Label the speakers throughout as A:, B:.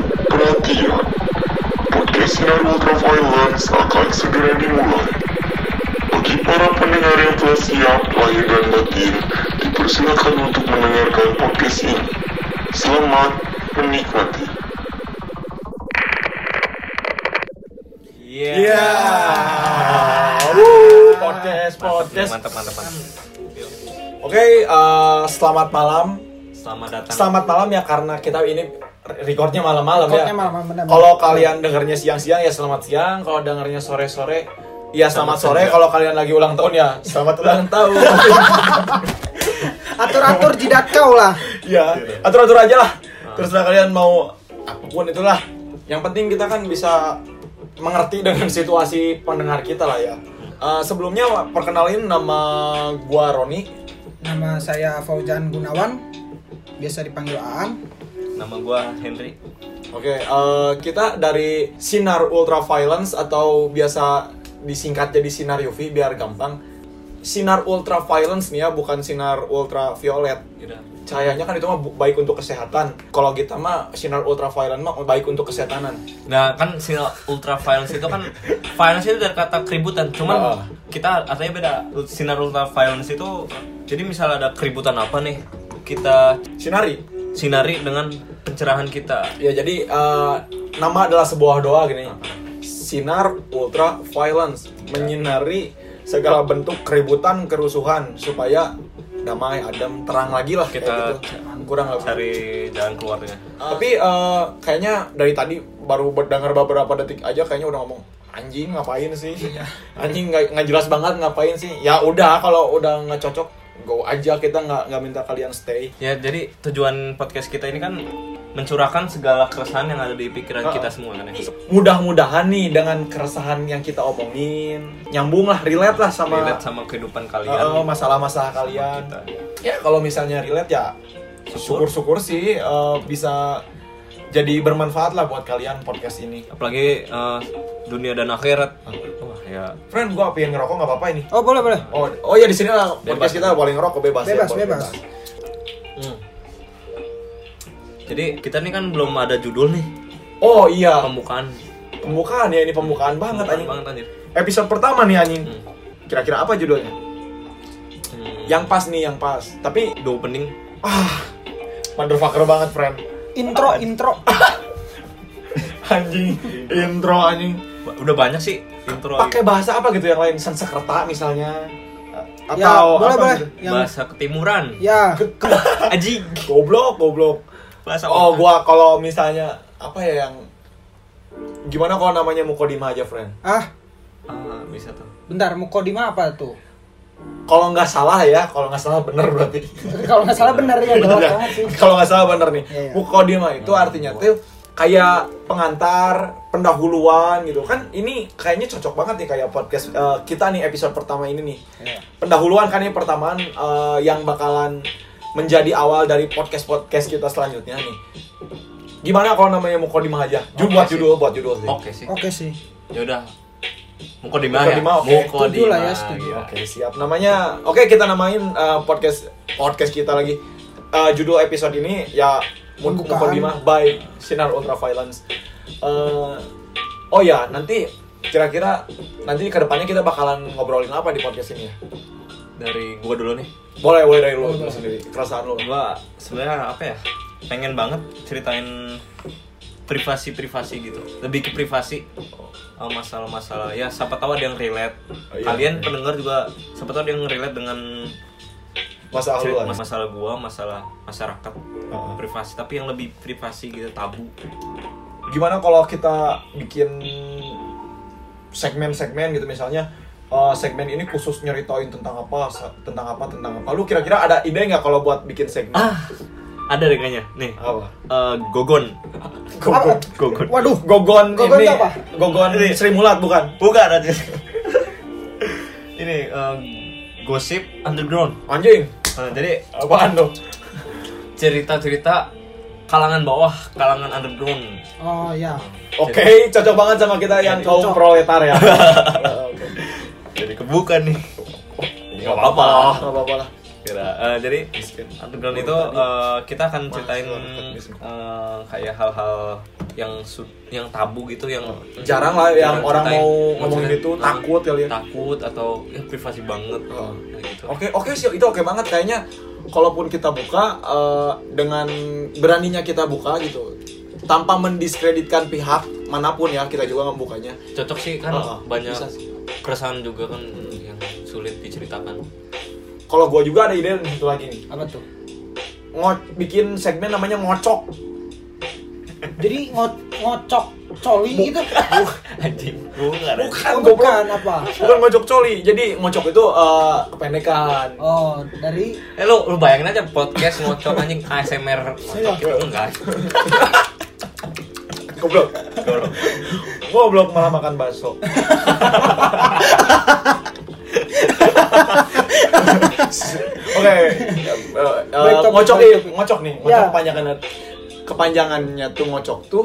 A: Selanjutnya, podcast sinar ultraviolence akan segera dimulai. Bagi para pendengar yang telah siap, lahir dan batin, dipersilakan untuk mendengarkan podcast ini. Selamat menikmati.
B: Iya.
C: Iya.
D: Ya.
B: Wuh, podcast, podcast.
C: Mantap, mantap, mantap. Oke, eh, selamat malam.
B: Selamat datang.
C: Selamat malam ya karena kita ini recordnya malam-malam ya.
D: Recordnya malam-malam, benar.
C: Kalau kalian dengernya siang-siang ya selamat siang. Kalau dengernya sore-sore ya selamat, sore. Kalau kalian lagi ulang tahun ya selamat ulang tahun.
D: atur-atur jidat kau lah
C: ya atur-atur aja lah. Teruslah kalian mau apapun itulah. Yang penting kita kan bisa mengerti dengan situasi pendengar kita lah ya. Eh, sebelumnya perkenalin nama gua Roni.
D: nama saya Fauzan Gunawan biasa dipanggil Aang
B: Nama gua Henry.
C: Oke, eh, kita dari Sinar Ultraviolence atau biasa disingkat jadi Sinar UV biar gampang. Sinar Ultraviolence nih ya, bukan Sinar Ultraviolet.
B: Yaudah.
C: Cahayanya kan itu mah bu- baik untuk kesehatan. Kalau kita mah Sinar Ultraviolet mah baik untuk kesehatanan.
B: Nah, kan sinyal ultra violence itu kan violence itu dari kata keributan. Cuman
C: Ah.
B: kita artinya beda. Sinar ultra violence itu jadi misal ada keributan apa nih, kita
C: Sinari.
B: sinari dengan pencerahan kita.
C: Ya jadi eh, nama adalah sebuah doa gini. Sinar Ultraviolence menyinari segala bentuk keributan, kerusuhan supaya damai, adem, terang lagi lah kayak
B: Kita
C: gitu. Kurang lebih.
B: Cari jalan keluarnya.
C: Tapi eh, kayaknya dari tadi baru dengar beberapa detik aja kayaknya udah ngomong anjing ngapain sih? Anjing nggak nggak jelas banget ngapain sih? Ya udah kalau udah nggak cocok go aja kita nggak nggak minta kalian stay.
B: Ya, jadi tujuan podcast kita ini kan mencurahkan segala keresahan yang ada di pikiran
C: Ah.
B: kita semua kan ya.
C: Mudah-mudahan nih dengan keresahan yang kita omongin nyambung lah, relate lah sama
B: Relate sama kehidupan
C: eh,
B: kalian.
C: masalah-masalah kalian.
B: kita.
C: Ya kalau misalnya relate ya
B: Syukur.
C: syukur-syukur sih eh, bisa jadi bermanfaat lah buat kalian podcast ini.
B: apalagi eh, dunia dan akhirat
C: Oh,
B: wah ya
C: Friend, gua pengen ngerokok nggak apa-apa ini.
D: oh boleh boleh
C: Oh, oh ya di sini lah
B: Bebas.
C: podcast kita boleh ngerokok bebas.
D: Bebas,
C: ya, boleh
D: bebas.
C: Hmm.
B: jadi kita nih kan belum ada judul nih
C: Oh iya,
B: pembukaan
C: pembukaan ya ini pembukaan banget
B: Pembukaan
C: anjing.
B: banget anjir
C: Episode pertama nih anjing.
B: Hmm.
C: Kira-kira apa judulnya?
B: Hmm.
C: Yang pas nih, yang pas. Tapi
B: the opening
C: ah, motherfucker banget, friend.
D: intro intro
C: Anjing, intro anjing.
B: Ba- udah banyak sih intro
C: Pakai bahasa apa gitu yang lain? Sansekerta misalnya. Atau
D: ya boleh
C: apa
D: boleh
C: gitu?
D: yang
B: bahasa ketimuran
D: ya
B: aji
C: Goblok, goblok.
B: bahasa
C: Oh, gua kalau misalnya apa ya yang gimana kalau namanya Mukodima aja, friend?
D: ah
B: Ah, bisa tuh
D: bentar mukodima apa tuh
C: Kalau nggak salah ya, kalau nggak salah bener berarti.
D: kalau nggak salah benar
C: Bener
D: ya gelap
C: ya?
D: banget sih
C: Kalau nggak salah bener nih.
D: Iya, iya.
C: Mukodima itu artinya tuh kayak pengantar, pendahuluan gitu kan. Ini kayaknya cocok banget nih kayak podcast eh, kita nih episode pertama ini nih.
D: Iya.
C: Pendahuluan kan ini pertamaan eh, yang bakalan menjadi awal dari podcast podcast kita selanjutnya nih. Gimana kalau namanya Mukodima aja? Ju-
B: Oke
C: buat
B: sih.
C: judul, buat judul sih.
B: oke sih
D: oke Oh. sih
B: yaudah muka di mana ya
C: Mukodima, oke.
B: Mukodima,
D: Setuju lah ya, setuju.
B: gitu.
C: Oke siap namanya oke kita namain eh, podcast podcast kita lagi Eh, judul episode ini ya
D: Pembukaan.
C: Mukodimah by Sinar Ultraviolence Eh, oh ya nanti kira-kira nanti kedepannya kita bakalan ngobrolin apa di podcast ini ya
B: dari gua dulu nih
C: boleh boleh dari lu,
D: Boleh,
C: lu
D: boleh.
C: sendiri perasaan lu
B: gua sebenarnya apa ya pengen banget ceritain privasi privasi gitu lebih ke privasi uh, masalah-masalah ya siapa tahu ada yang relate
C: iya.
B: kalian pendengar juga siapa tahu ada yang relate dengan
C: masa lu
B: cerita-
C: An?
B: masalah gua masalah masyarakat
C: Heeh.
B: privasi tapi yang lebih privasi gitu tabu
C: gimana kalau kita bikin segmen-segmen gitu misalnya eh, segmen ini khusus nyeritain tentang apa sa- tentang apa tentang apa lu kira-kira ada ide nggak kalau buat bikin segmen
B: ah ada deh kayaknya nih
C: apa
B: uh, gogon
C: Gogon.
B: gogon
D: waduh
C: Gogon,
D: Gogon
C: ini
D: itu apa?
C: Gogon
B: Ini.
C: Sri Mulat bukan?
B: bukan aja ini uh, gosip underground
C: Anjing.
B: Uh, jadi
C: Apaan tuh?
B: cerita-cerita kalangan bawah, kalangan underground.
D: oh ya
C: Oke, cocok banget sama kita yang kaum
D: Cocok.
C: proletar ya.
B: Jadi kebuka nih.
C: Enggak apa-apa lah. Enggak apa-apa lah.
B: Kira. Eh, jadi
C: Miskin.
B: underground
C: Baru
B: itu
C: tadi.
B: eh, kita akan ceritain
C: Masuk underground miskin.
B: eh, kayak hal-hal yang su- yang tabu gitu yang
C: Jarang lah yang orang
B: ceritain.
C: mau ngomongin
B: ceritain.
C: itu, takut kali ya.
B: Takut atau ya, privasi banget
C: Oh.
B: kayak gitu.
C: Oke, oke sih itu oke banget kayaknya. Kalaupun kita buka eh, dengan beraninya kita buka gitu, tanpa mendiskreditkan pihak manapun ya kita juga membukanya.
B: Cocok sih kan
C: Oh, oh.
B: banyak
C: Bisa sih.
B: keresahan juga kan yang sulit diceritakan.
C: Kalau gua juga ada ide nih, satu lagi nih,
D: apa tuh
C: Ngo- bikin segmen namanya ngocok.
D: jadi ngo ngocok coli itu
B: Anjing, gua enggak ada.
D: Oh,
C: goblok.
D: bukan apa
C: Bukan ngocok coli, jadi ngocok itu eh, kependekan.
D: oh dari
B: Eh lu, lu bayangin aja podcast ngocok anjing ASMR ngocok gitu enggak.
C: Goblok. Gua goblok malah makan bakso. Oke, eh,
D: Baik,
C: eh,
D: topik,
C: ngocok
D: baik,
C: nih,
D: topik.
C: ngocok nih, ngocok
D: Ya.
C: kepanjangan- kepanjangannya tuh ngocok tuh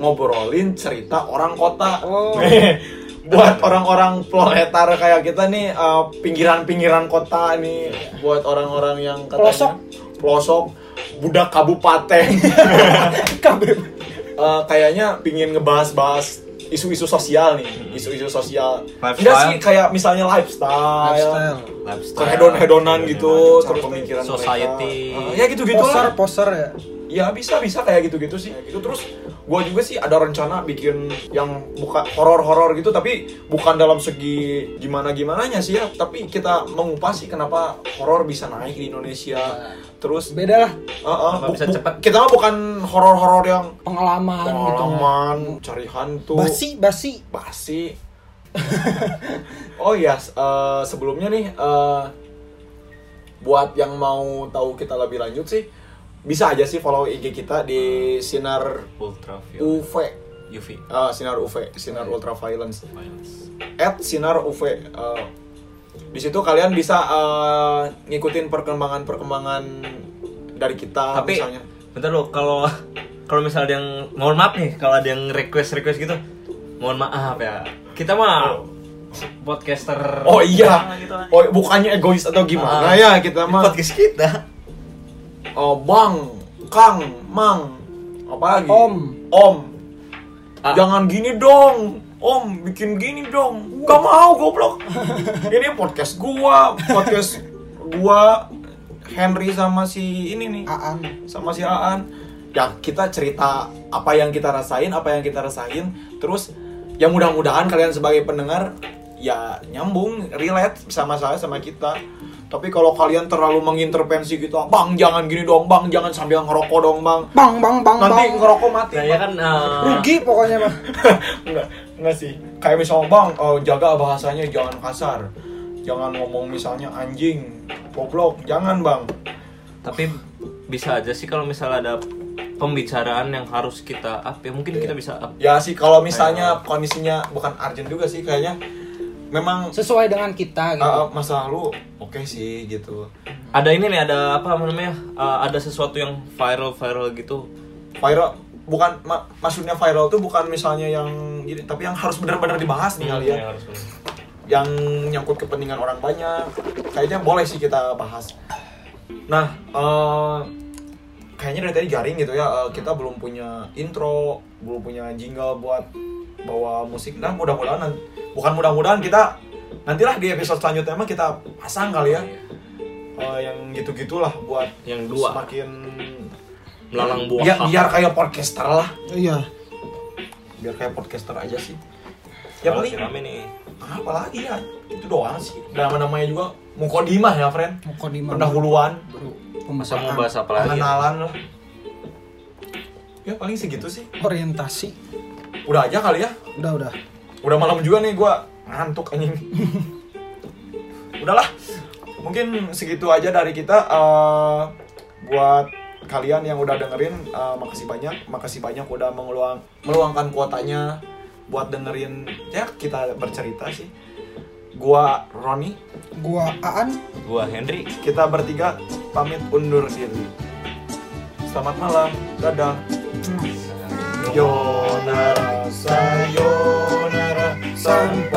C: ngobrolin cerita orang kota.
D: Oh.
C: Nih, buat orang-orang proletar kayak kita nih eh, pinggiran-pinggiran kota nih, buat orang-orang yang katanya
D: Pelosok.
C: pelosok, budak kabupaten. Eh, kayaknya pingin ngebahas-bahas isu-isu sosial nih, isu-isu sosial.
B: Hmm. Lifestyle.
C: Enggak sih kayak misalnya lifestyle,
D: lifestyle
B: Lifestyle.
C: terhedon-hedonan gitu,
B: Cara
C: terus pemikiran mereka.
B: society.
C: Eh, ya gitu-gitu
D: poser
C: lah.
D: poser ya
C: Ya bisa bisa kayak gitu-gitu sih. Kayak gitu terus gua juga sih ada rencana bikin yang buka horor-horor gitu tapi bukan dalam segi gimana-gimananya sih ya, tapi kita mengupas sih kenapa horor bisa naik di Indonesia. Terus
D: beda lah
C: eh, eh,
B: Iya. Kenapa
C: bu-
B: bisa
C: bu-
B: cepat?
C: kita mah bukan horor-horor yang
D: pengalaman,
B: kan.
C: pengalaman
D: gitu
C: cari hantu
D: basi basi
C: basi oh iya s- eh, sebelumnya nih eh, buat yang mau tahu kita lebih lanjut sih bisa aja sih follow IG kita di sinar
B: Ultraviolet.
C: UV
B: UV.
C: Eh, sinar UV sinar ultra violence
B: Violence.
C: at sinar UV Eh, di situ kalian bisa eh, ngikutin perkembangan perkembangan dari kita
B: Tapi
C: misalnya
B: bentar lo kalau kalau misal ada yang mohon maaf nih kalau ada yang request request gitu mohon maaf ya kita mah podcaster
C: Oh iya,
B: gitu lah.
C: oh, bukannya egois atau
B: Ah.
C: gimana ya kita mah
B: podcast kita
C: Oh, Bang, Kang, Mang, apa lagi?
D: Om.
C: Om.
B: Ah.
C: Jangan gini dong. Om, bikin gini dong. Gak mau goblok. ini podcast gua, podcast gua Henry sama si ini
D: Ah,
C: nih,
D: aan
C: sama si Aan. Ya, kita cerita apa yang kita rasain, apa yang kita rasain. Terus ya mudah-mudahan kalian sebagai pendengar ya nyambung, relate sama saya sama kita. Tapi kalau kalian terlalu mengintervensi gitu, Bang jangan gini dong, Bang jangan sambil ngerokok dong, Bang.
D: bang bang bang
C: Nanti
D: bang
C: ngerokok mati.
B: nah ya kan eh,
D: rugi pokoknya mah
C: enggak, enggak sih. Kayak misalnya bang, eh, jaga bahasanya jangan kasar. Jangan ngomong misalnya anjing, goblok, jangan bang.
B: tapi bisa aja sih kalau misal ada pembicaraan yang harus kita up ya mungkin kita bisa up
C: Ya sih kalau misalnya kondisinya bukan urgent juga sih kayaknya. Memang
D: sesuai dengan kita gitu
C: eh, masa lalu oke sih gitu.
B: ada ini nih ada apa namanya eh, ada sesuatu yang viral viral gitu
C: Viral bukan ma- maksudnya viral tuh bukan misalnya yang gini, tapi yang harus benar-benar dibahas nih kali ya.
B: Yang harus bener.
C: Yang nyangkut kepentingan orang banyak. Kayaknya boleh sih kita bahas. Nah, eh, kayaknya dari tadi garing gitu ya. Eh, kita belum punya intro, belum punya jingle buat bawa musik. Nah, mudah-mudahan nan- bukan mudah-mudahan kita nantilah di episode selanjutnya mah kita pasang kali ya. Eh, yang gitu-gitulah buat
B: Yang dua.
C: semakin ya,
B: melalang buah
C: biar, biar kayak podcaster lah.
D: iya
C: Biar kayak podcaster aja sih.
B: ya
C: Ya paling
B: rame nih
C: apa lagi ya? Itu doang sih. Nama-namanya juga mukodimah ya, friend.
D: mau di
C: Pendahuluan.
D: baru
B: masa mau
D: pembahasan
B: bahas apa lagi ya?
C: pengenalan lah ya paling segitu sih
D: orientasi
C: udah aja kali ya
D: udah udah
C: udah malam juga nih gua ngantuk anjing udahlah mungkin segitu aja dari kita Eh, buat kalian yang udah dengerin eh, makasih banyak makasih banyak udah mengeluang meluangkan kuotanya buat dengerin ya kita bercerita sih gua Roni
D: gua aan
B: gua Henry
C: kita bertiga pamit undur diri selamat malam dadah Sayonara, sayonara, sampai